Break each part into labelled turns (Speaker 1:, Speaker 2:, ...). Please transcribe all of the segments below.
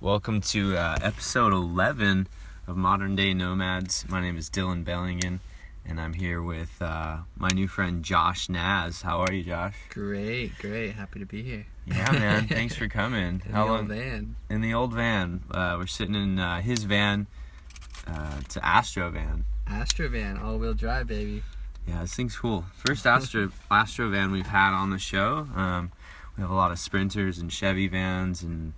Speaker 1: Welcome to uh, episode 11 of Modern Day Nomads. My name is Dylan Bellingen, and I'm here with uh, my new friend Josh Naz. How are you, Josh?
Speaker 2: Great, great. Happy to be here.
Speaker 1: Yeah, man. Thanks for coming.
Speaker 2: In
Speaker 1: How
Speaker 2: the
Speaker 1: long?
Speaker 2: old van.
Speaker 1: In the old van. Uh, we're sitting in uh, his van. Uh, it's an Astro van.
Speaker 2: Astro van, all wheel drive, baby.
Speaker 1: Yeah, this thing's cool. First Astro Astro van we've had on the show. Um, we have a lot of Sprinters and Chevy vans and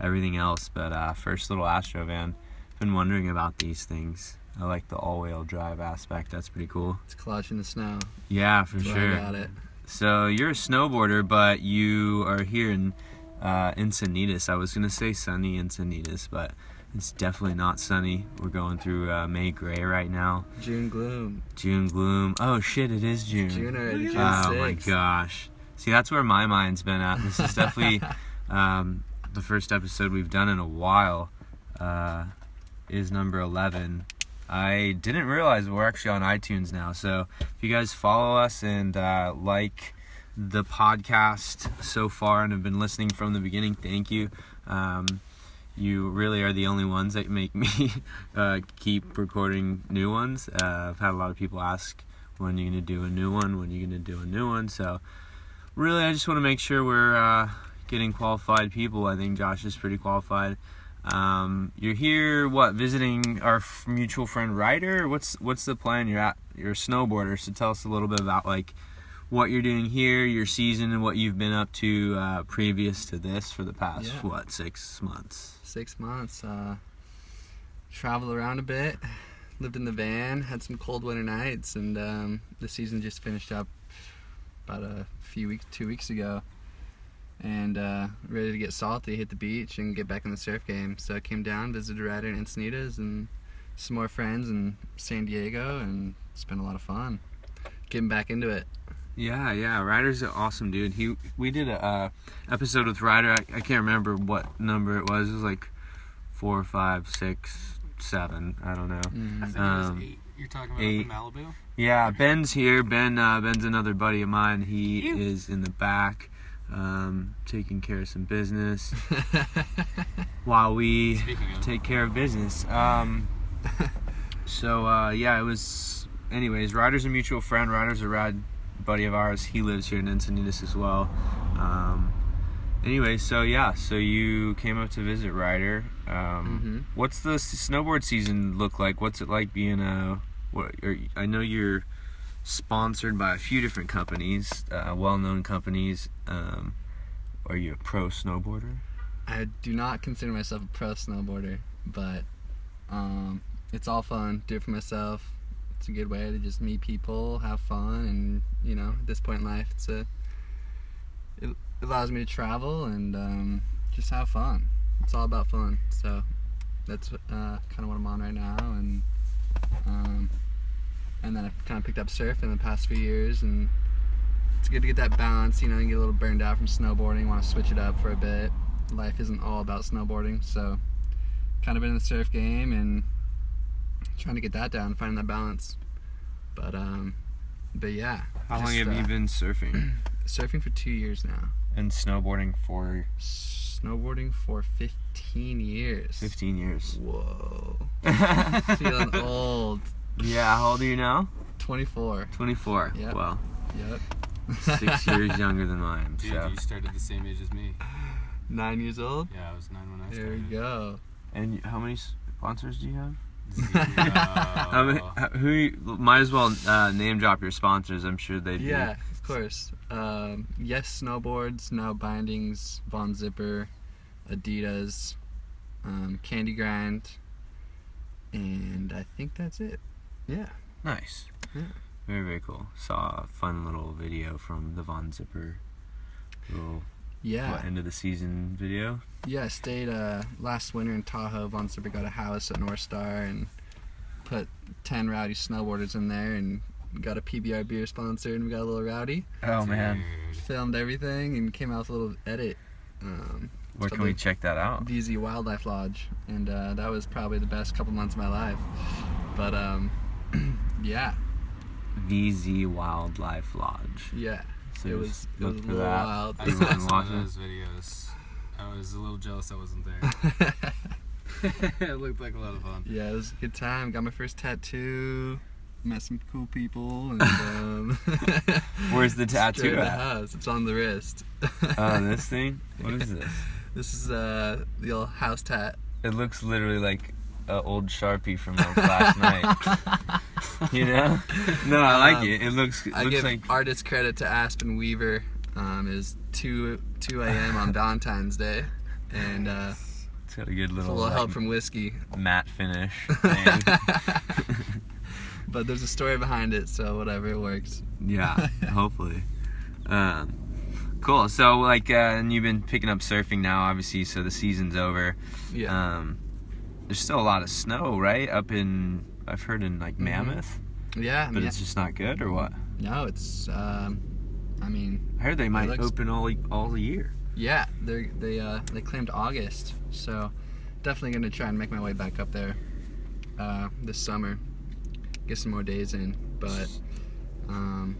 Speaker 1: everything else, but uh, first little Astro van. Been wondering about these things. I like the all-wheel drive aspect. That's pretty cool.
Speaker 2: It's clutch in the snow.
Speaker 1: Yeah, for
Speaker 2: That's why I got
Speaker 1: sure.
Speaker 2: it.
Speaker 1: So you're a snowboarder, but you are here in uh, Encinitas. I was gonna say sunny Encinitas, but it's definitely not sunny. We're going through uh, May gray right now.
Speaker 2: June gloom.
Speaker 1: June gloom. Oh shit! It is
Speaker 2: June already. June
Speaker 1: Oh
Speaker 2: 6th.
Speaker 1: my gosh. See, that's where my mind's been at. This is definitely um, the first episode we've done in a while. Uh, is number 11. I didn't realize we're actually on iTunes now. So if you guys follow us and uh, like the podcast so far and have been listening from the beginning, thank you. Um, you really are the only ones that make me uh, keep recording new ones. Uh, I've had a lot of people ask when you're gonna do a new one, when you're gonna do a new one. So really, I just want to make sure we're uh, getting qualified people. I think Josh is pretty qualified. Um, you're here, what, visiting our f- mutual friend Ryder? What's what's the plan? You're at you're a snowboarder, so tell us a little bit about like what you're doing here, your season, and what you've been up to uh, previous to this for the past
Speaker 2: Yeah.
Speaker 1: what six months.
Speaker 2: Six months. Uh, traveled around a bit. Lived in the van. Had some cold winter nights, and um, the season just finished up about a few weeks, two weeks ago. And uh, ready to get salty, hit the beach, and get back in the surf game. So I came down, visited Ryder and Encinitas, and some more friends in San Diego, and it's been a lot of fun. Getting back into it.
Speaker 1: Yeah, yeah, Ryder's an awesome dude. He we did a uh, episode with Ryder. I, I can't remember what number it was. It was like four, five, six, seven. I don't know.
Speaker 3: I think it
Speaker 1: Um,
Speaker 3: was eight. You're talking about
Speaker 1: eight.
Speaker 3: up in Malibu.
Speaker 1: Yeah, Ben's here. Ben uh, Ben's another buddy of mine. He
Speaker 3: Ew.
Speaker 1: is in the back, um, taking care of some business while we
Speaker 3: Speaking of, um,
Speaker 1: take care of business. Um, so uh, yeah, it was. Anyways, Ryder's a mutual friend. Ryder's a rad buddy of ours. He lives here in Encinitas as well. Um, anyway, so yeah, so you came up to visit Ryder.
Speaker 2: Mm-hmm.
Speaker 1: Um, What's the s- snowboard season look like? What's it like being a? What, or, I know you're sponsored by a few different companies, uh, well-known companies. Um, are you a pro snowboarder?
Speaker 2: I do not consider myself a pro snowboarder, but um, it's all fun. Do it for myself. It's a good way to just meet people, have fun, and you know, at this point in life, it's a it allows me to travel and um, just have fun. It's all about fun. So that's uh, kind of what I'm on right now, and um, and then I've kind of picked up surf in the past few years, and it's good to get that balance. You know, you get a little burned out from snowboarding, want to switch it up for a bit life isn't all about snowboarding. So, kind of been in the surf game and trying to get that down, finding that balance. But um, but yeah,
Speaker 1: How long
Speaker 2: Just,
Speaker 1: have you
Speaker 2: uh,
Speaker 1: been surfing
Speaker 2: surfing for two years now,
Speaker 1: and snowboarding for?
Speaker 2: snowboarding for 15 years.
Speaker 1: 15 years.
Speaker 2: Whoa, feeling
Speaker 1: yeah,
Speaker 2: old.
Speaker 1: how old are you now?
Speaker 2: 24.
Speaker 1: 24.
Speaker 2: Yep.
Speaker 1: Well,
Speaker 2: Yep.
Speaker 1: six years younger than mine.
Speaker 3: dude,
Speaker 1: So.
Speaker 3: you started the same age as me.
Speaker 2: Nine years old.
Speaker 3: Yeah, I was nine when I
Speaker 2: There we
Speaker 3: started.
Speaker 2: go.
Speaker 1: And how many sponsors do you have?
Speaker 3: Zero.
Speaker 1: I mean, who? you- Might as well uh, name drop your sponsors. I'm sure they'd
Speaker 2: Yeah, of course. Um, yes, snowboards, no bindings, Von Zipper, Adidas, um, Candy Grind, and I think that's it. Yeah.
Speaker 1: be nice.
Speaker 2: Yeah.
Speaker 1: Very very cool. Saw a fun little video from the Von Zipper. Little
Speaker 2: Yeah.
Speaker 1: what, end of the season video.
Speaker 2: Yeah, I stayed uh, last winter in Tahoe. Von Zipper got a house at North Star and put 10 rowdy snowboarders in there and got a PBR beer sponsor and we got a little rowdy.
Speaker 1: Oh
Speaker 3: Dude.
Speaker 2: Filmed everything and came out with a little edit. Um,
Speaker 1: where can we check that out?
Speaker 2: DZ Wildlife Lodge, and uh, that was probably the best couple months of my life. But um, yeah,
Speaker 1: VZ Wildlife Lodge.
Speaker 2: yeah,
Speaker 1: So
Speaker 2: it
Speaker 1: just
Speaker 2: was it
Speaker 1: look
Speaker 2: was a
Speaker 1: for
Speaker 2: little
Speaker 1: that.
Speaker 2: wild.
Speaker 3: I
Speaker 1: You
Speaker 3: saw
Speaker 1: wouldn't
Speaker 3: some
Speaker 1: watch
Speaker 3: of
Speaker 1: it?
Speaker 3: those videos. I was a little jealous I wasn't
Speaker 2: yeah,
Speaker 3: there. it looked like a lot of fun.
Speaker 2: it was a good time. Got my first tattoo. Met some cool people. And, um,
Speaker 1: Where's the tattoo
Speaker 2: Straight to the
Speaker 1: at?
Speaker 2: house. It's on the wrist.
Speaker 1: Oh, this thing? What is this?
Speaker 2: This is uh, the old house tat.
Speaker 1: It looks literally like an old Sharpie from like, last night. You know? No, I like
Speaker 2: Um,
Speaker 1: it. It looks it
Speaker 2: I
Speaker 1: looks
Speaker 2: give
Speaker 1: like
Speaker 2: artist credit to Aspen Weaver. Um, it was 2 2 a.m. on Valentine's Day, and uh,
Speaker 1: it's got a good
Speaker 2: with a
Speaker 1: little,
Speaker 2: little
Speaker 1: like,
Speaker 2: help from whiskey.
Speaker 1: matte finish thing.
Speaker 2: but there's a story behind it, so whatever, it works.
Speaker 1: yeah, hopefully. Um, cool. So like uh, and you've been picking up surfing now obviously, so the season's over.
Speaker 2: Yeah.
Speaker 1: Um, there's still a lot of snow, right? Up in I've heard in like Mammoth,
Speaker 2: yeah. Mm-hmm. I
Speaker 1: but
Speaker 2: mean,
Speaker 1: it's just not good or what?
Speaker 2: no, it's. Um, I mean,
Speaker 1: I heard they might
Speaker 2: looks-
Speaker 1: open all all year.
Speaker 2: yeah, they they uh, they claimed August, so definitely gonna try and make my way back up there uh, this summer. Get some more days in, but um,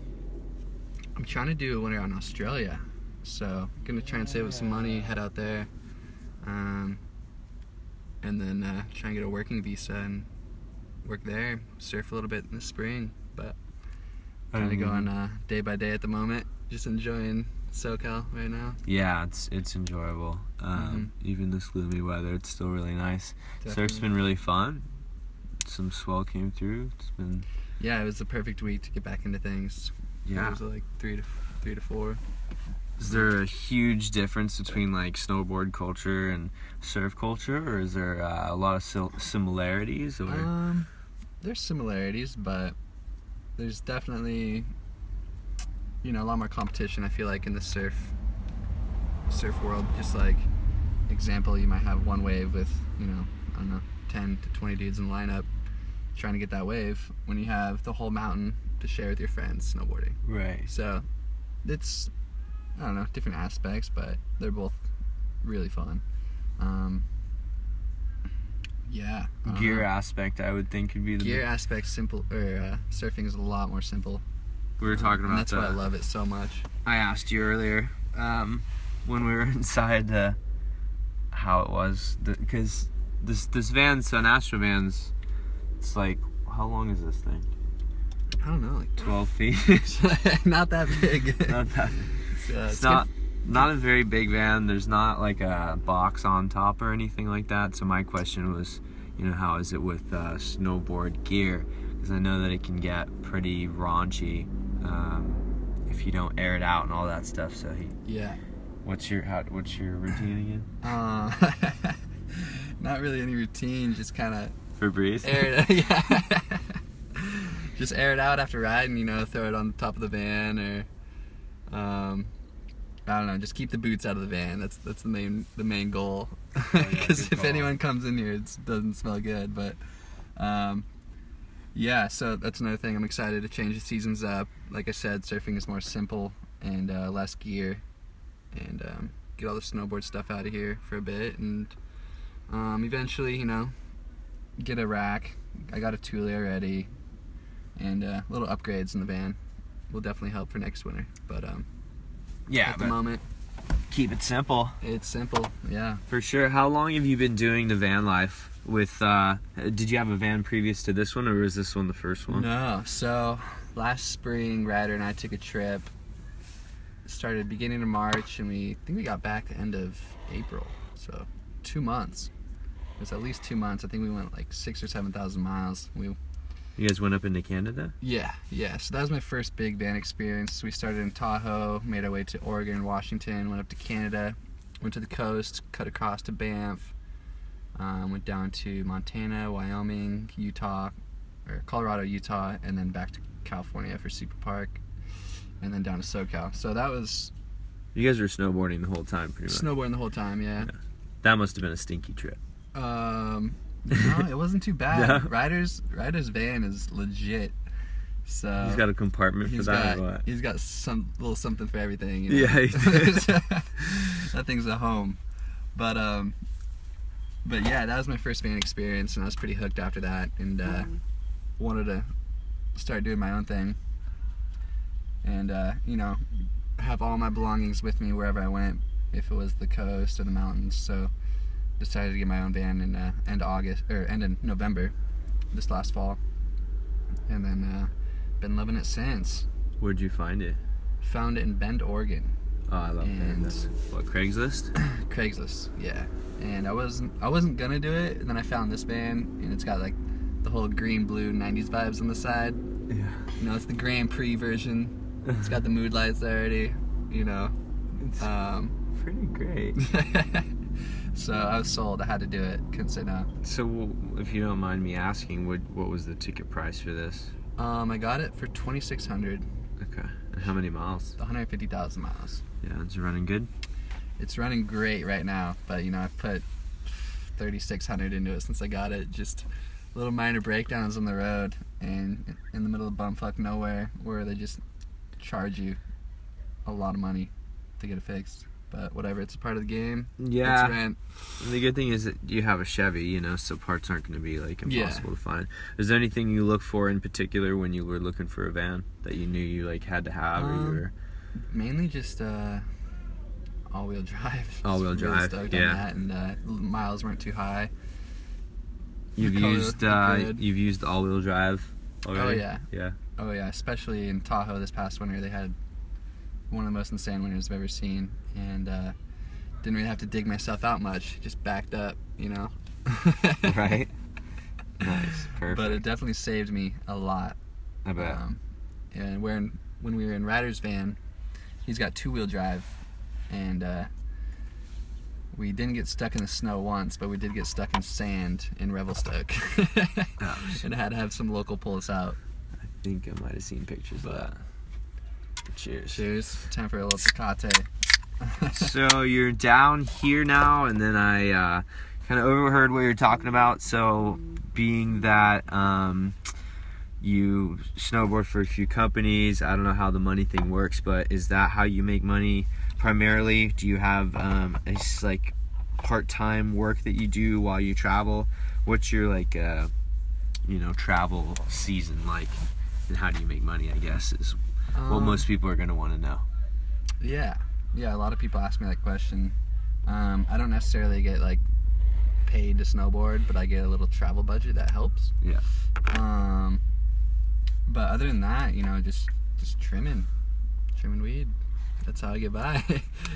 Speaker 2: I'm trying to do a winter out in Australia, so gonna try and save up some money, head out there, um, and then uh, try and get a working visa and work there, surf a little bit in the spring. But kind of
Speaker 1: Um,
Speaker 2: going uh, day by day at the moment, just enjoying SoCal right now.
Speaker 1: Yeah, it's it's enjoyable. Um, Even this gloomy weather, it's still really nice. Surf's
Speaker 2: Mm-hmm. Definitely.
Speaker 1: been really fun. Some swell came through. It's been
Speaker 2: Yeah, it was the perfect week to get back into things. it
Speaker 1: yeah.
Speaker 2: was like three to three to four.
Speaker 1: Is there a huge difference between like snowboard culture and surf culture, or is there uh, a lot of sil- similarities? Or
Speaker 2: Um, there's similarities, but there's definitely you know a lot more competition. I feel like in the surf surf world, just like example, you might have one wave with you know I don't know ten to twenty dudes in the lineup trying to get that wave when you have the whole mountain to share with your friends snowboarding.
Speaker 1: right.
Speaker 2: So it's I don't know different aspects, but they're both really fun. Um, yeah,
Speaker 1: Gear
Speaker 2: uh,
Speaker 1: aspect, I would think, would be the
Speaker 2: gear aspect simple or uh, surfing is a lot more simple.
Speaker 1: we were talking
Speaker 2: and
Speaker 1: about
Speaker 2: that's
Speaker 1: the-
Speaker 2: why I love it so much.
Speaker 1: I asked you earlier um, when we were inside uh, how it was because this this van, Sun Astro van's, it's like how long is this thing?
Speaker 2: I don't know,
Speaker 1: Twelve feet.
Speaker 2: like not that big.
Speaker 1: not that.
Speaker 2: it's, uh,
Speaker 1: It's
Speaker 2: it's
Speaker 1: not
Speaker 2: good-
Speaker 1: not a very big van. There's not like a box on top or anything like that. So my question was, you know, how is it with uh, snowboard gear? Because I know that it can get pretty raunchy um, if you don't air it out and all that stuff. So he
Speaker 2: yeah.
Speaker 1: What's your how, what's your routine again?
Speaker 2: Uh, not really any routine. Just kind of
Speaker 1: Febreze.
Speaker 2: air it, yeah. just air it out after riding, you know, throw it on the top of the van or um I don't know, just keep the boots out of the van. That's that's the main the main goal.
Speaker 3: Oh, yeah,
Speaker 2: Because
Speaker 3: good
Speaker 2: if
Speaker 3: call.
Speaker 2: anyone comes in here, it doesn't smell good. But um, yeah, so that's another thing. I'm excited to change the seasons up. Like I said, surfing is more simple and uh, less gear, and um, get all the snowboard stuff out of here for a bit, and um, eventually, you know, get a rack. I got a Thule already, and uh, little upgrades in the van will definitely help for next winter. But um,
Speaker 1: Yeah,
Speaker 2: at the
Speaker 1: but
Speaker 2: moment,
Speaker 1: keep it simple
Speaker 2: it's simple. Yeah.
Speaker 1: for sure. How long have you been doing the van life? With uh, did you have a van previous to this one, or was this one the first one?
Speaker 2: No. So last spring, Ryder and I took a trip. Started beginning of March, and we I think we got back the end of April. So two months. It was at least two months. I think we went like six or seven thousand miles. We
Speaker 1: You guys went up into Canada.
Speaker 2: yeah yeah. So that was my first big van experience. We started in Tahoe, made our way to Oregon, Washington, went up to Canada, went to the coast, cut across to Banff, um, went down to Montana, Wyoming, Utah, or Colorado, Utah, and then back to California for Super Park, and then down to SoCal. So that was
Speaker 1: You guys were snowboarding the whole time, pretty much.
Speaker 2: snowboarding the whole time, yeah.
Speaker 1: that must have been a stinky trip.
Speaker 2: Um, no, it wasn't too bad.
Speaker 1: No.
Speaker 2: Ryder's Ryder's van is legit. So
Speaker 1: Uh, He's got a compartment for
Speaker 2: He's
Speaker 1: that.
Speaker 2: got,
Speaker 1: or what?
Speaker 2: he's got some little something for everything. You know?
Speaker 1: Yeah, he does.
Speaker 2: that thing's a home. But um, but yeah, that was my first band experience, and I was pretty hooked after that, and uh, wanted to start doing my own thing, and uh, you know, have all my belongings with me wherever I went. if it was the coast or the mountains. So decided to get my own van in uh, end of August or end of November this last fall, and then uh, been loving it since.
Speaker 1: Where'd you find it?
Speaker 2: Found it in Bend, Oregon,
Speaker 1: Oh, I love
Speaker 2: And-
Speaker 1: that. What Craigslist?
Speaker 2: Craigslist. Yeah, and I wasn't I wasn't gonna do it, and then I found this van, and it's got like the whole green blue '90s vibes on the side.
Speaker 1: Yeah.
Speaker 2: You know, it's the Grand Prix version. It's got the mood lights already. You know.
Speaker 1: It's
Speaker 2: Um,
Speaker 1: Uh, pretty great.
Speaker 2: so I was sold. I had to do it. Couldn't say no.
Speaker 1: So, w- if you don't mind me asking, what what was the ticket price for this?
Speaker 2: Um, I got it for 2,600,
Speaker 1: Okay. And how many miles?
Speaker 2: 150,000 miles.
Speaker 1: Yeah, it's running good.
Speaker 2: It's running great right now, but you know I've put 3,600 into it since I got it. Just little minor breakdowns on the road and in the middle of bumfuck nowhere where they just charge you a lot of money to get it fixed. But whatever, it's a part of the game. It's rent.
Speaker 1: The good thing is that you have a Chevy, you know, so parts aren't going to be like
Speaker 2: Yeah.
Speaker 1: impossible to find. Is there anything you look for in particular when you were looking for a van that you knew you like had to have or
Speaker 2: Um,
Speaker 1: you were?
Speaker 2: Mainly just uh, all-wheel drive.
Speaker 1: All-wheel
Speaker 2: Just
Speaker 1: drive,
Speaker 2: stoked
Speaker 1: yeah.
Speaker 2: On that, and uh, miles weren't too high.
Speaker 1: You've
Speaker 2: color
Speaker 1: used
Speaker 2: looked
Speaker 1: uh,
Speaker 2: good.
Speaker 1: you've used all-wheel drive.
Speaker 2: Oh
Speaker 1: already?
Speaker 2: yeah.
Speaker 1: Yeah.
Speaker 2: Oh yeah, especially in Tahoe this past winter, they had one of the most insane winters I've ever seen, and uh, didn't really have to dig myself out much. Just backed up, you know.
Speaker 1: Right. Nice. Perfect.
Speaker 2: But it definitely saved me a lot.
Speaker 1: I bet.
Speaker 2: Um, and we're in, when we were in Ryder's van, he's got two wheel drive, and uh, we didn't get stuck in the snow once, but we did get stuck in sand in Revelstoke,
Speaker 1: Oh, shit.
Speaker 2: and had to have some local pull us out.
Speaker 1: I think I might have seen pictures of that. Cheers.
Speaker 2: Cheers! Time for a little Tecate.
Speaker 1: so you're down here now, and then I uh, kind of overheard what you're talking about. So, being that um, you snowboard for a few companies, I don't know how the money thing works, but is that how you make money primarily? Do you have um, a s- like part-time work that you do while you travel? What's your like, uh, you know, travel season like, and how do you make money? I guess is what
Speaker 2: Um,
Speaker 1: most people are gonna want to know.
Speaker 2: Yeah, yeah. A lot of people ask me that question. Um, I don't necessarily get like paid to snowboard, but I get a little travel budget that helps.
Speaker 1: Yeah.
Speaker 2: Um, but other than that, you know, just just trimming, trimming weed. That's how I get by.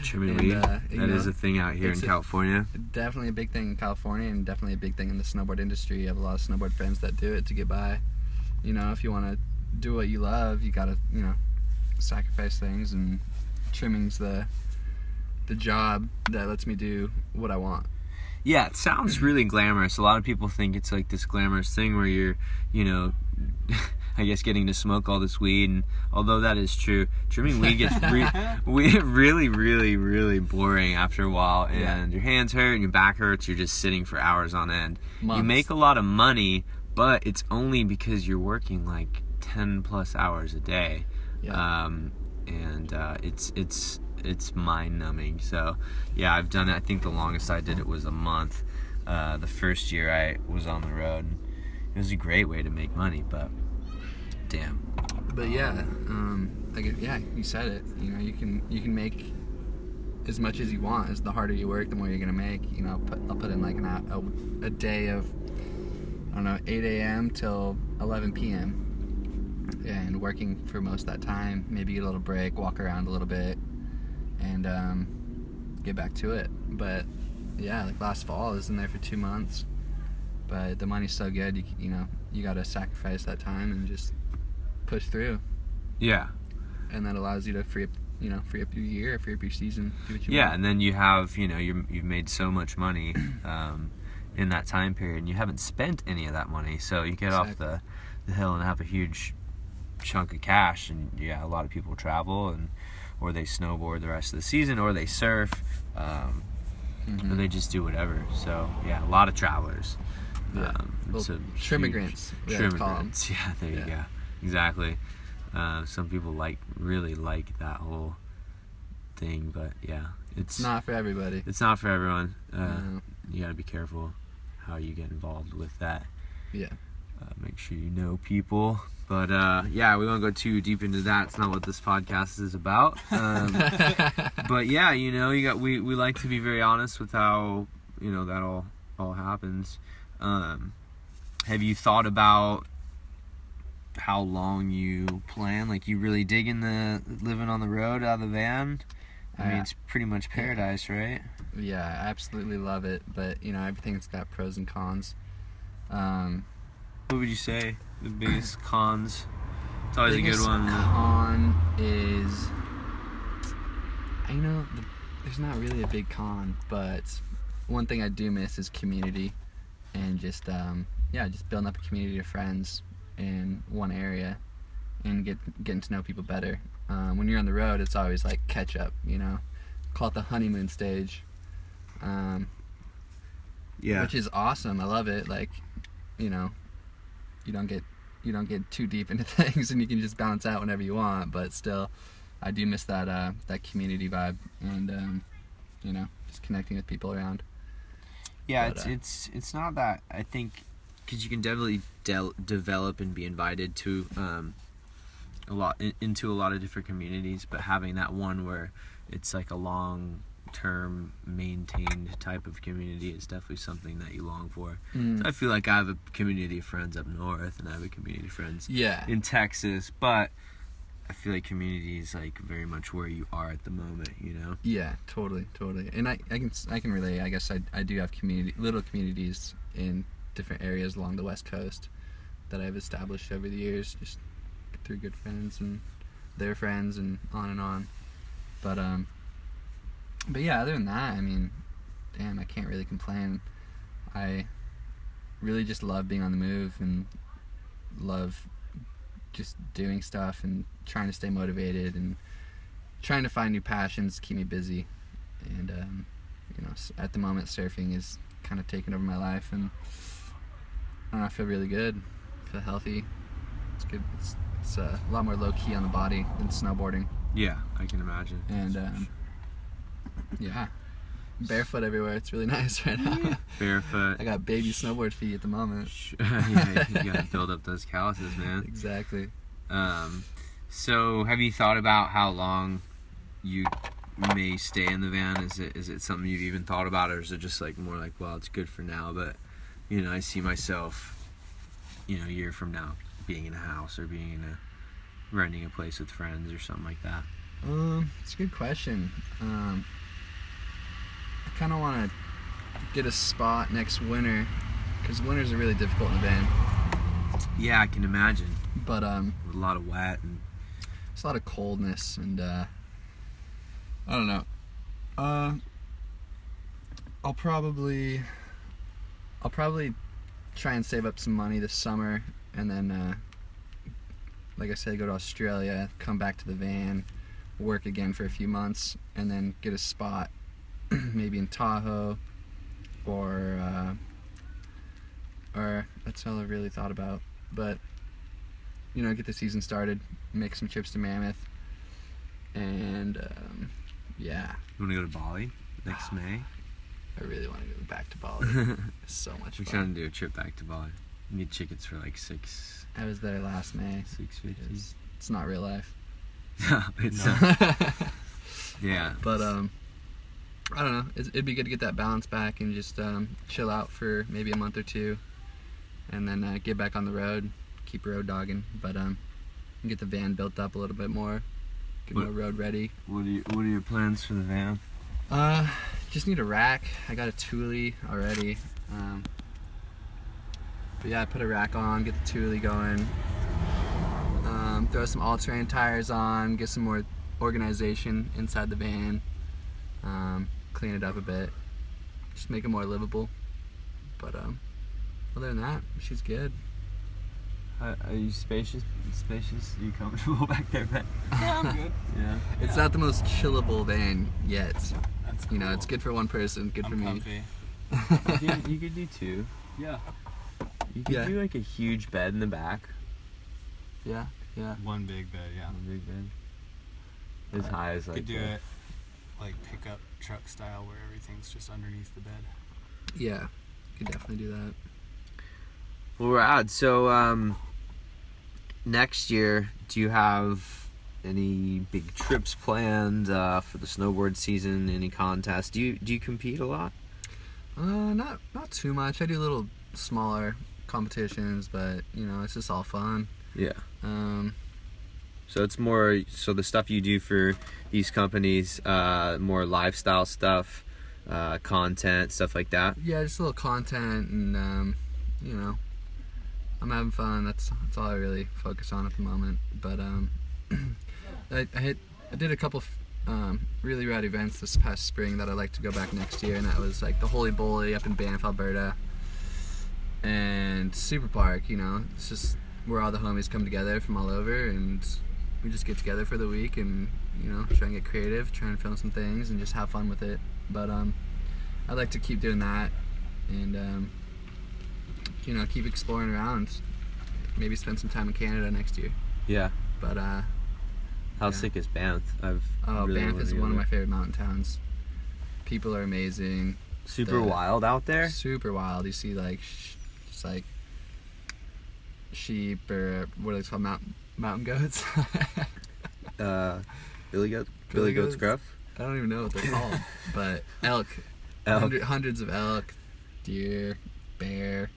Speaker 1: Trimming
Speaker 2: And,
Speaker 1: weed.
Speaker 2: uh,
Speaker 1: That is
Speaker 2: you know,
Speaker 1: a thing out here in
Speaker 2: it's a-
Speaker 1: California.
Speaker 2: definitely a big thing in California, and definitely a big thing in the snowboard industry. I have a lot of snowboard friends that do it to get by. You know, if you want to do what you love, you gotta you know sacrifice things, and trimming's the the job that lets me do what I want.
Speaker 1: Yeah, it sounds really glamorous. A lot of people think it's like this glamorous thing where you're, you know, I guess getting to smoke all this weed. And although that is true, trimming weed gets re- we- really, really, really boring after a while. And
Speaker 2: Yeah.
Speaker 1: your hands hurt and your back hurts. You're just sitting for hours on end. You
Speaker 2: Months.
Speaker 1: make a lot of money, but it's only because you're working like 10 plus hours a day.
Speaker 2: Yeah.
Speaker 1: um, and uh, it's it's it's mind numbing. So yeah, I've done it. I think the longest I did it was a month. Uh, the first year I was on the road, and it was a great way to make money. But damn,
Speaker 2: but yeah, um, like yeah, you said it. You know, you can you can make as much as you want. As the harder you work, the more you're gonna make. You know, put, I'll put in like an hou- a, a day of I don't know, 8 a.m. till 11 p.m. and working for most of that time. Maybe get a little break, walk around a little bit, and um, get back to it. But yeah, like last fall, I was in there for two months. But the money's so good, you, c- you know, you gotta sacrifice that time and just push through
Speaker 1: yeah,
Speaker 2: and that allows you to free up you know free up your year free up your season do what you
Speaker 1: yeah.
Speaker 2: want
Speaker 1: And then you have you know you you've made so much money um, in that time period, and you haven't spent any of that money. So you get off
Speaker 2: Exactly.
Speaker 1: the the hill and have a huge chunk of cash. And yeah, a lot of people travel and or they snowboard the rest of the season or they surf. Um, or
Speaker 2: Mhm.
Speaker 1: they just do whatever. So yeah, a lot of travelers.
Speaker 2: Yeah.
Speaker 1: Um,
Speaker 2: Well,
Speaker 1: it's a
Speaker 2: trimmigrants, we
Speaker 1: huge-
Speaker 2: like to call 'em.
Speaker 1: Trimmigrants. Yeah, there you
Speaker 2: Yeah.
Speaker 1: go. Exactly. Uh, some people like really like that whole thing, but yeah, it's
Speaker 2: it's not for everybody
Speaker 1: it's not for everyone. Uh,
Speaker 2: Uh,
Speaker 1: You gotta be careful how you get involved with that.
Speaker 2: Yeah.
Speaker 1: Uh, make sure you know people. But uh, yeah, we won't go too deep into that. It's not what this podcast is about. Um, but yeah, you know, you got we, we like to be very honest with how you know that all all happens. Um, have you thought about how long you plan? Like you really dig in the living on the road out of the van? I mean,
Speaker 2: Uh,
Speaker 1: it's pretty much paradise, right?
Speaker 2: yeah, I absolutely love it, but you know, everything's got pros and cons. Um,
Speaker 1: What would you say the biggest cons? It's always a
Speaker 2: biggest
Speaker 1: good one.
Speaker 2: Con is, I know the, there's not really a big con, but one thing I do miss is community, and just um, yeah, just building up a community of friends in one area, and get getting to know people better. Um, when you're on the road, it's always like catch up, you know, call it the honeymoon stage. Um,
Speaker 1: yeah.
Speaker 2: which is awesome. I love it. Like, you know, you don't get you don't get too deep into things, and you can just bounce out whenever you want. But still, I do miss that uh, that community vibe, and um, you know, just connecting with people around.
Speaker 1: Yeah,
Speaker 2: But,
Speaker 1: it's
Speaker 2: uh,
Speaker 1: it's it's not that I think because you can definitely del- develop and be invited to um, a lot in, into a lot of different communities, but having that one where it's like a long term maintained type of community is definitely something that you long for. I feel like I have a community of friends up north, and I have a community of friends
Speaker 2: Yeah,
Speaker 1: in Texas, but I feel like community is like very much where you are at the moment, you know.
Speaker 2: yeah, totally, totally. And I, I can s- I can relate. I guess I I do have community little communities in different areas along the West Coast that I've established over the years, just through good friends and their friends and on and on. But um but yeah, other than that, I mean, damn, I can't really complain. I really just love being on the move and love just doing stuff and trying to stay motivated and trying to find new passions to keep me busy. And um, you know, s- at the moment surfing is kind of taking over my life and I don't know, I feel really good. I feel healthy. It's good. It's it's uh, a lot more low key on the body than snowboarding
Speaker 1: Yeah, I can imagine.
Speaker 2: and um, yeah, barefoot everywhere. It's really nice right now.
Speaker 1: barefoot.
Speaker 2: I got baby snowboard feet at the moment.
Speaker 1: Sh- yeah, you gotta build up those calluses, man.
Speaker 2: Exactly.
Speaker 1: Um, so, have you thought about how long you may stay in the van? Is it is it something you've even thought about, or is it just like more like, well, it's good for now, but you know, I see myself, you know, a year from now being in a house or being in a renting a place with friends or something like that.
Speaker 2: Um, it's a good question. Um, I kind of want to get a spot next winter because winters are really difficult in the van.
Speaker 1: Yeah, I can imagine
Speaker 2: But um,
Speaker 1: with a lot of wet and
Speaker 2: it's a lot of coldness and uh I don't know. Uh I'll probably I'll probably try and save up some money this summer and then uh like I said go to Australia, come back to the van, work again for a few months and then get a spot maybe in Tahoe or uh or that's all I really thought about. But you know, get the season started make some trips to Mammoth, and um, yeah,
Speaker 1: you want to go to Bali next May.
Speaker 2: I really want to go back to Bali. It's so much
Speaker 1: We're
Speaker 2: fun.
Speaker 1: trying to do a trip back to Bali. You need tickets for like six,
Speaker 2: I was there last May.
Speaker 1: six fifty.
Speaker 2: It's, it's not real life.
Speaker 1: No, it's not. Yeah.
Speaker 2: but um, I don't know. It's, it'd be good to get that balance back and just um, chill out for maybe a month or two, and then uh, get back on the road, keep road dogging, but um, get the van built up a little bit more, get
Speaker 1: What-
Speaker 2: more road ready.
Speaker 1: What are you, what are your plans for the van?
Speaker 2: Uh, just need a rack. I got a Thule already. Um, but yeah, I put a rack on, get the Thule going. Um, throw some all-terrain tires on, get some more organization inside the van. Um, clean it up a bit, just make it more livable. But um, other than that, she's good.
Speaker 1: Are, are you spacious? Spacious? Are you comfortable back there, Ben?
Speaker 3: yeah, I'm good.
Speaker 1: Yeah.
Speaker 2: It's not the most chillable van yet.
Speaker 3: That's
Speaker 2: You know,
Speaker 3: cool.
Speaker 2: it's good for one person, good
Speaker 3: I'm
Speaker 2: for me.
Speaker 3: comfy.
Speaker 1: You, could- you could do two.
Speaker 3: Yeah.
Speaker 1: You could
Speaker 2: Yeah.
Speaker 1: do like a huge bed in the back.
Speaker 2: Yeah, yeah.
Speaker 3: One big bed. Yeah.
Speaker 1: A big bed. As high as like.
Speaker 3: Could do
Speaker 1: the-
Speaker 3: it like pickup truck style where everything's just underneath the bed.
Speaker 2: Yeah, could definitely do that.
Speaker 1: Well, rad. So, um, next year, do you have any big trips planned uh, for the snowboard season? Any contests? Do you do you compete a lot?
Speaker 2: Uh, not not too much. I do little smaller competitions, but you know, it's just all fun.
Speaker 1: Yeah.
Speaker 2: Um,
Speaker 1: So it's more so the stuff you do for these companies, uh, more lifestyle stuff, uh, content stuff like that.
Speaker 2: yeah, just a little content, and um, you know, I'm having fun. That's that's all I really focus on at the moment. But um, I, I hit I did a couple f- um, really rad events this past spring that I'd like to go back next year, and that was like the Holy Bully up in Banff, Alberta, and Super Park. You know, it's just where all the homies come together from all over, and we just get together for the week and you know try and get creative, try and film some things, and just have fun with it. But um, I'd like to keep doing that, and um, you know keep exploring around. Maybe spend some time in Canada next year.
Speaker 1: Yeah.
Speaker 2: But uh,
Speaker 1: How
Speaker 2: Yeah.
Speaker 1: sick is Banff? I've
Speaker 2: Oh,
Speaker 1: really
Speaker 2: Banff
Speaker 1: wanna
Speaker 2: is
Speaker 1: go
Speaker 2: one of
Speaker 1: there.
Speaker 2: my favorite mountain towns. People are amazing,
Speaker 1: super
Speaker 2: the-
Speaker 1: wild out there.
Speaker 2: super wild. You see like sh- just like sheep or what are they called mountain mountain goats? I
Speaker 1: Uh, Billy goat, Billy,
Speaker 2: Billy
Speaker 1: goat's
Speaker 2: goats?
Speaker 1: gruff.
Speaker 2: don't even know what they're called, but elk,
Speaker 1: Elk.
Speaker 2: Hundred, hundreds of elk, deer, bear,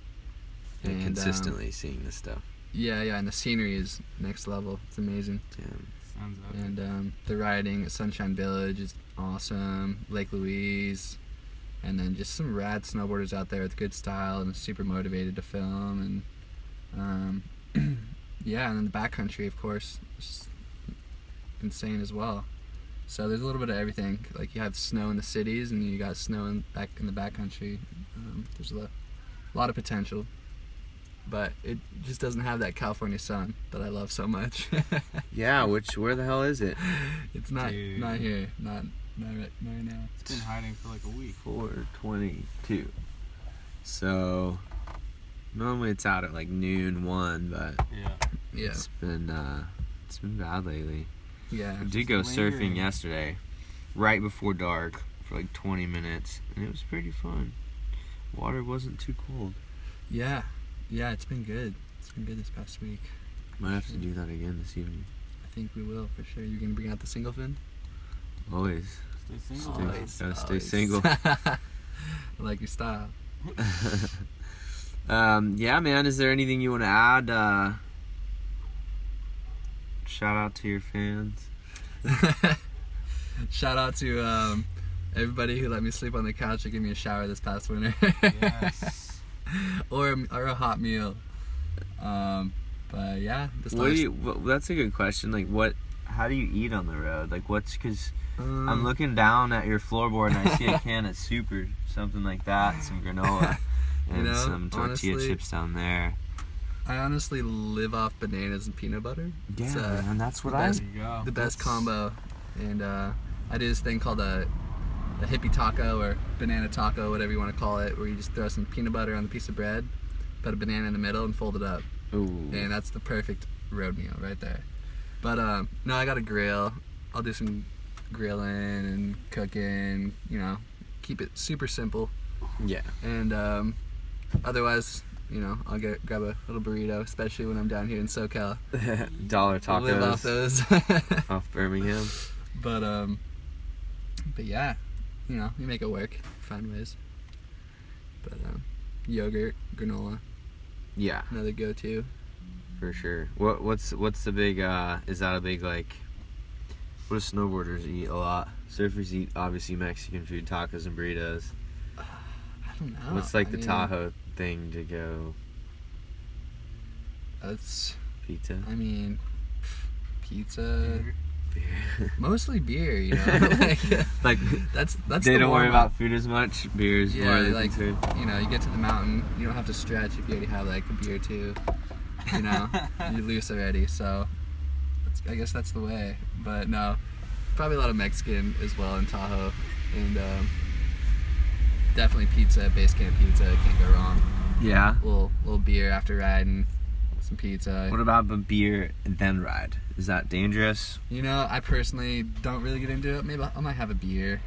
Speaker 1: And
Speaker 2: um,
Speaker 1: consistently seeing this stuff.
Speaker 2: yeah, yeah, and the scenery is next level. It's amazing.
Speaker 1: Damn.
Speaker 3: Sounds up.
Speaker 2: And um, the riding at Sunshine Village is awesome. Lake Louise, and then just some rad snowboarders out there with good style and super motivated to film. And um, yeah, and then the backcountry, of course, is just insane as well. So there's a little bit of everything. Like you have snow in the cities, and you got snow in back in the backcountry. Um, there's a lot, a lot of potential, but it just doesn't have that California sun that I love so much.
Speaker 1: Yeah, which where the hell is it?
Speaker 2: It's not
Speaker 3: Dude.
Speaker 2: not here. Not not right, not right now.
Speaker 3: It's been hiding for like a week.
Speaker 1: Four twenty-two. So normally it's out at like noon one, but
Speaker 3: Yeah.
Speaker 2: Yeah.
Speaker 1: it's been uh, it's been bad lately.
Speaker 2: Yeah.
Speaker 1: I did go
Speaker 3: Just
Speaker 1: surfing
Speaker 3: lingering.
Speaker 1: yesterday, right before dark, for like 20 minutes, and it was pretty fun. Water wasn't too cold.
Speaker 2: Yeah. Yeah, it's been good. It's been good this past week.
Speaker 1: Might have to do that again this evening.
Speaker 2: I think we will for sure. You're gonna bring out the single fin?
Speaker 1: Always.
Speaker 3: Stay single.
Speaker 1: Stay-
Speaker 3: Always.
Speaker 1: Always, gotta stay single.
Speaker 2: I like your style.
Speaker 1: um, yeah, man. Is there anything you want to add? Uh, shout out to your fans.
Speaker 2: Shout out to um, everybody who let me sleep on the couch and give me a shower this past winter.
Speaker 3: Yes.
Speaker 2: or a- or a hot meal. Um, but yeah, this
Speaker 1: What do
Speaker 2: last-
Speaker 1: you? What, that's a good question. Like, what? How do you eat on the road? Like, what's? Cause I'm
Speaker 2: Um,
Speaker 1: looking down at your floorboard and I see a can of super, something like that, some granola,
Speaker 2: You
Speaker 1: and
Speaker 2: know,
Speaker 1: some tortilla
Speaker 2: honestly-
Speaker 1: chips down there.
Speaker 2: I honestly live off bananas and peanut butter. It's, uh,
Speaker 1: and that's what
Speaker 2: the
Speaker 1: I.
Speaker 2: best-
Speaker 3: There you go.
Speaker 2: the best combo. And uh, I do this thing called a, a hippie taco or banana taco, whatever you want to call it, where you just throw some peanut butter on the piece of bread, put a banana in the middle, and fold it up.
Speaker 1: Ooh.
Speaker 2: And that's the perfect road meal right there. But um, no, I got a grill. I'll do some grilling and cooking, you know, keep it super simple.
Speaker 1: yeah.
Speaker 2: And um, otherwise, you know, I'll get grab a little burrito, especially when I'm down here in SoCal.
Speaker 1: Dollar
Speaker 2: I
Speaker 1: tacos
Speaker 2: Live off those.
Speaker 1: off Birmingham.
Speaker 2: But um, but yeah, you know, we make it work, find ways. But um, yogurt, granola,
Speaker 1: Yeah,
Speaker 2: another go-to.
Speaker 1: for sure. What what's what's the big? uh Is that a big like? What do snowboarders eat a lot? Surfers eat obviously Mexican food, tacos and burritos.
Speaker 2: I don't know.
Speaker 1: what's like
Speaker 2: Oh, I
Speaker 1: the
Speaker 2: mean,
Speaker 1: Tahoe thing to go?
Speaker 2: That's
Speaker 1: Pizza.
Speaker 2: I mean, pff, pizza,
Speaker 1: Beer.
Speaker 2: mostly beer. You know, like,
Speaker 1: like
Speaker 2: that's that's.
Speaker 1: they
Speaker 2: the
Speaker 1: don't worry
Speaker 2: warm-up.
Speaker 1: about food as much. Beers
Speaker 2: Yeah,
Speaker 1: more than
Speaker 2: like-
Speaker 1: food.
Speaker 2: You know, you get to the mountain, you don't have to stretch if you already have like a beer or two. You know, you're loose already, so that's, I guess that's the way. But no, probably a lot of Mexican as well in Tahoe, and um, definitely pizza, base camp pizza, can't go wrong.
Speaker 1: Yeah.
Speaker 2: Little little beer after riding, some pizza.
Speaker 1: What about a beer and then ride? Is that dangerous?
Speaker 2: You know, I personally don't really get into it. Maybe I I might have a beer,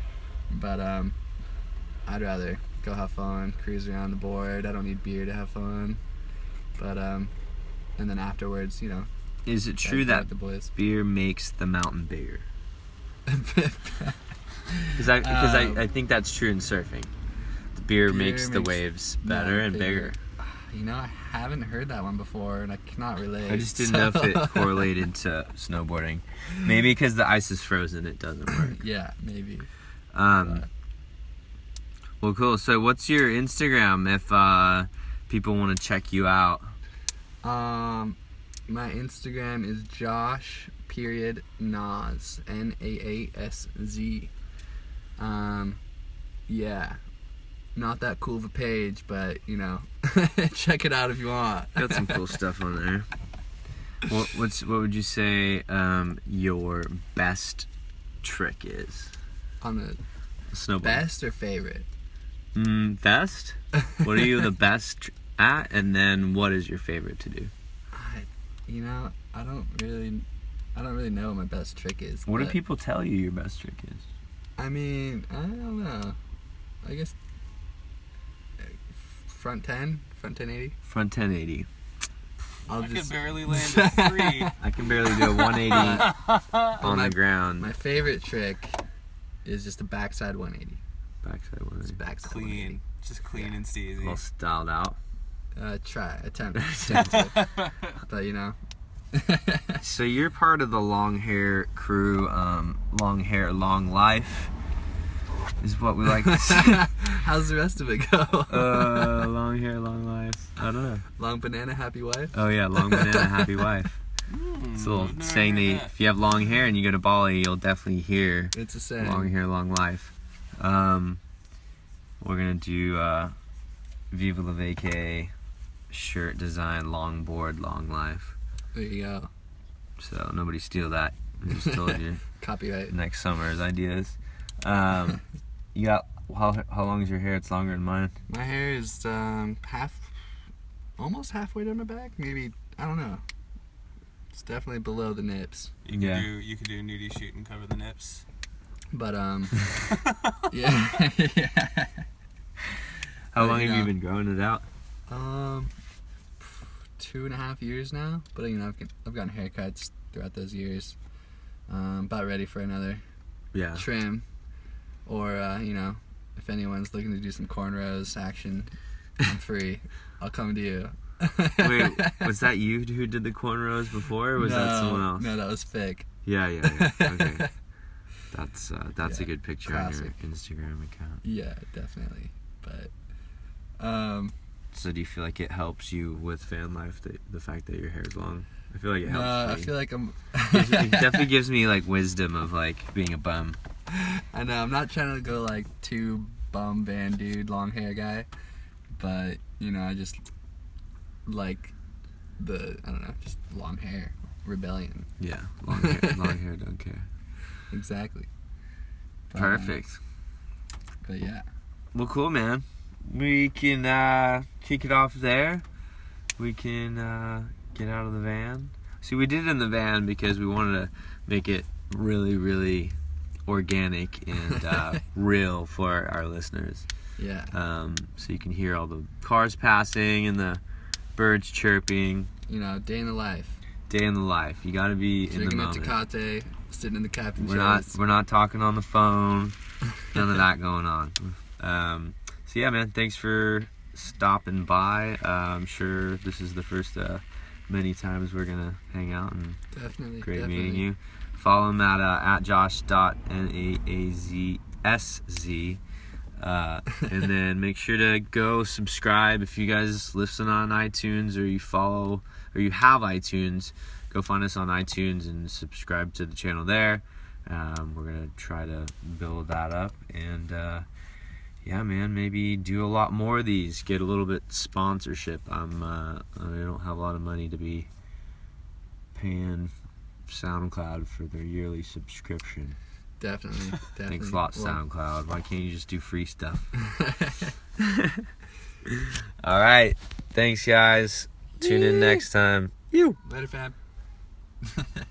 Speaker 2: but um, I'd rather go have fun, cruise around the board. I don't need beer to have fun. But um, and then afterwards, you know,
Speaker 1: Is it
Speaker 2: gotta
Speaker 1: true
Speaker 2: be
Speaker 1: that
Speaker 2: with the boys.
Speaker 1: beer makes the mountain bigger? Because I because
Speaker 2: Um,
Speaker 1: I, I think that's true in surfing. The beer,
Speaker 2: beer
Speaker 1: makes the
Speaker 2: makes
Speaker 1: waves better and bigger.
Speaker 2: bigger. you know, I haven't heard that one before, and I cannot relate.
Speaker 1: I just didn't know if
Speaker 2: so-
Speaker 1: it correlated to snowboarding. Maybe because the ice is frozen, it doesn't work.
Speaker 2: yeah, maybe.
Speaker 1: Um, well, cool. So, what's your Instagram if uh, people want to check you out?
Speaker 2: Um, my Instagram is Josh period Nas N A A S Z. Um, yeah, not that cool of a page, but you know, check it out if you want.
Speaker 1: Got some cool stuff on there. What, what's what would you say um, your best trick is?
Speaker 2: On the
Speaker 1: Snowboard.
Speaker 2: best or favorite?
Speaker 1: Mm, best. What are you the best tr- at? And then, what is your favorite to do?
Speaker 2: I, you know, I don't really, I don't really know what my best trick is.
Speaker 1: What do
Speaker 2: but-
Speaker 1: people tell you your best trick is?
Speaker 2: I mean, I don't know. I guess uh, f- front ten, front ten eighty.
Speaker 1: Front 1080.
Speaker 2: I'll
Speaker 3: I could
Speaker 2: just.
Speaker 3: barely land a three.
Speaker 1: I can barely do a 180 on
Speaker 2: My-
Speaker 1: the ground.
Speaker 2: My favorite trick is just a backside 180.
Speaker 1: Backside
Speaker 2: Just
Speaker 1: 180.
Speaker 2: backside
Speaker 3: clean, just clean
Speaker 2: Yeah.
Speaker 3: and steezy.
Speaker 1: All styled out.
Speaker 2: 180. Uh, try, attempt, attempt it, but you know.
Speaker 1: So you're part of the long hair crew. Um, long hair, long life is what we like to say.
Speaker 2: How's the rest of it go?
Speaker 1: uh, long hair, long life. I don't know.
Speaker 2: Long banana, happy wife.
Speaker 1: Oh yeah, long banana, happy wife.
Speaker 3: Hmm,
Speaker 1: It's a little
Speaker 3: I've never
Speaker 1: saying
Speaker 3: heard
Speaker 1: that
Speaker 3: that.
Speaker 1: if you have long hair and you go to Bali, you'll definitely hear
Speaker 2: It's a saying.
Speaker 1: long hair, long life. Um, we're gonna do uh, Viva la Vacay shirt design, long board, long life.
Speaker 2: There you go.
Speaker 1: So nobody steal that. I just told you
Speaker 2: Copyright.
Speaker 1: next summer's ideas. Um, you got how how long is your hair? It's longer than mine.
Speaker 2: My hair is um, half, almost halfway down my back. Maybe I don't know. It's definitely below the nips.
Speaker 3: You could
Speaker 1: Yeah.
Speaker 3: do you could do nudie shoot and cover the nips.
Speaker 2: But um, yeah, yeah.
Speaker 1: How long have
Speaker 2: Yeah.
Speaker 1: you been growing it out?
Speaker 2: Um, two and a half years now. But you know, I've, get- I've gotten haircuts throughout those years. Um, about ready for another
Speaker 1: Yeah.
Speaker 2: trim, or uh, you know, if anyone's looking to do some cornrows action, I'm free. I'll come to you.
Speaker 1: Wait, was that you who did the cornrows before, or was that someone else?
Speaker 2: No, that was fake.
Speaker 1: Yeah, yeah, yeah. Okay. That's uh, that's a
Speaker 2: Yeah,
Speaker 1: good picture on
Speaker 2: classic.
Speaker 1: your Instagram account.
Speaker 2: Yeah, definitely. But um
Speaker 1: So do you feel like it helps you with fan life that the fact that your hair is long? I feel like it helps.
Speaker 2: no, I
Speaker 1: me.
Speaker 2: feel like I'm
Speaker 1: it definitely gives me like wisdom of like being a bum.
Speaker 2: I know I'm not trying to go like too bum van dude long hair guy, but you know, I just like the I don't know, just long hair rebellion.
Speaker 1: Yeah, long hair, long hair, don't care.
Speaker 2: Exactly. But, uh,
Speaker 1: Perfect.
Speaker 2: but yeah.
Speaker 1: Well, cool, man. We can uh, kick it off there. We can uh, get out of the van. See, we did it in the van because we wanted to make it really, really organic and uh, real for our listeners.
Speaker 2: Yeah.
Speaker 1: Um, so you can hear all the cars passing and the birds chirping.
Speaker 2: You know, day in the life.
Speaker 1: Day in the life. You got to be in the
Speaker 2: Drinking a
Speaker 1: moment.
Speaker 2: Tecate, sitting in the captain's
Speaker 1: We're not
Speaker 2: chairs.
Speaker 1: we're not talking on the phone. None of that going on. Um, so yeah, man. Thanks for stopping by. Uh, I'm sure this is the first uh, many times we're gonna hang out. And
Speaker 2: definitely
Speaker 1: great
Speaker 2: definitely.
Speaker 1: meeting you. Follow him at uh, at Josh dot N A A Z S Z. Uh, and then make sure to go subscribe if you guys listen on iTunes or you follow or you have iTunes. Go find us on iTunes and subscribe to the channel there. Um, we're gonna try to build that up and uh, yeah, man, maybe do a lot more of these. Get a little bit sponsorship. I'm uh, I don't have a lot of money to be paying SoundCloud for their yearly subscription.
Speaker 2: Definitely. Definitely.
Speaker 1: Thanks a lot,
Speaker 2: Well,
Speaker 1: SoundCloud. Why can't you just do free stuff? All right. Thanks, guys. Tune in next time. You.
Speaker 2: Later, Fab.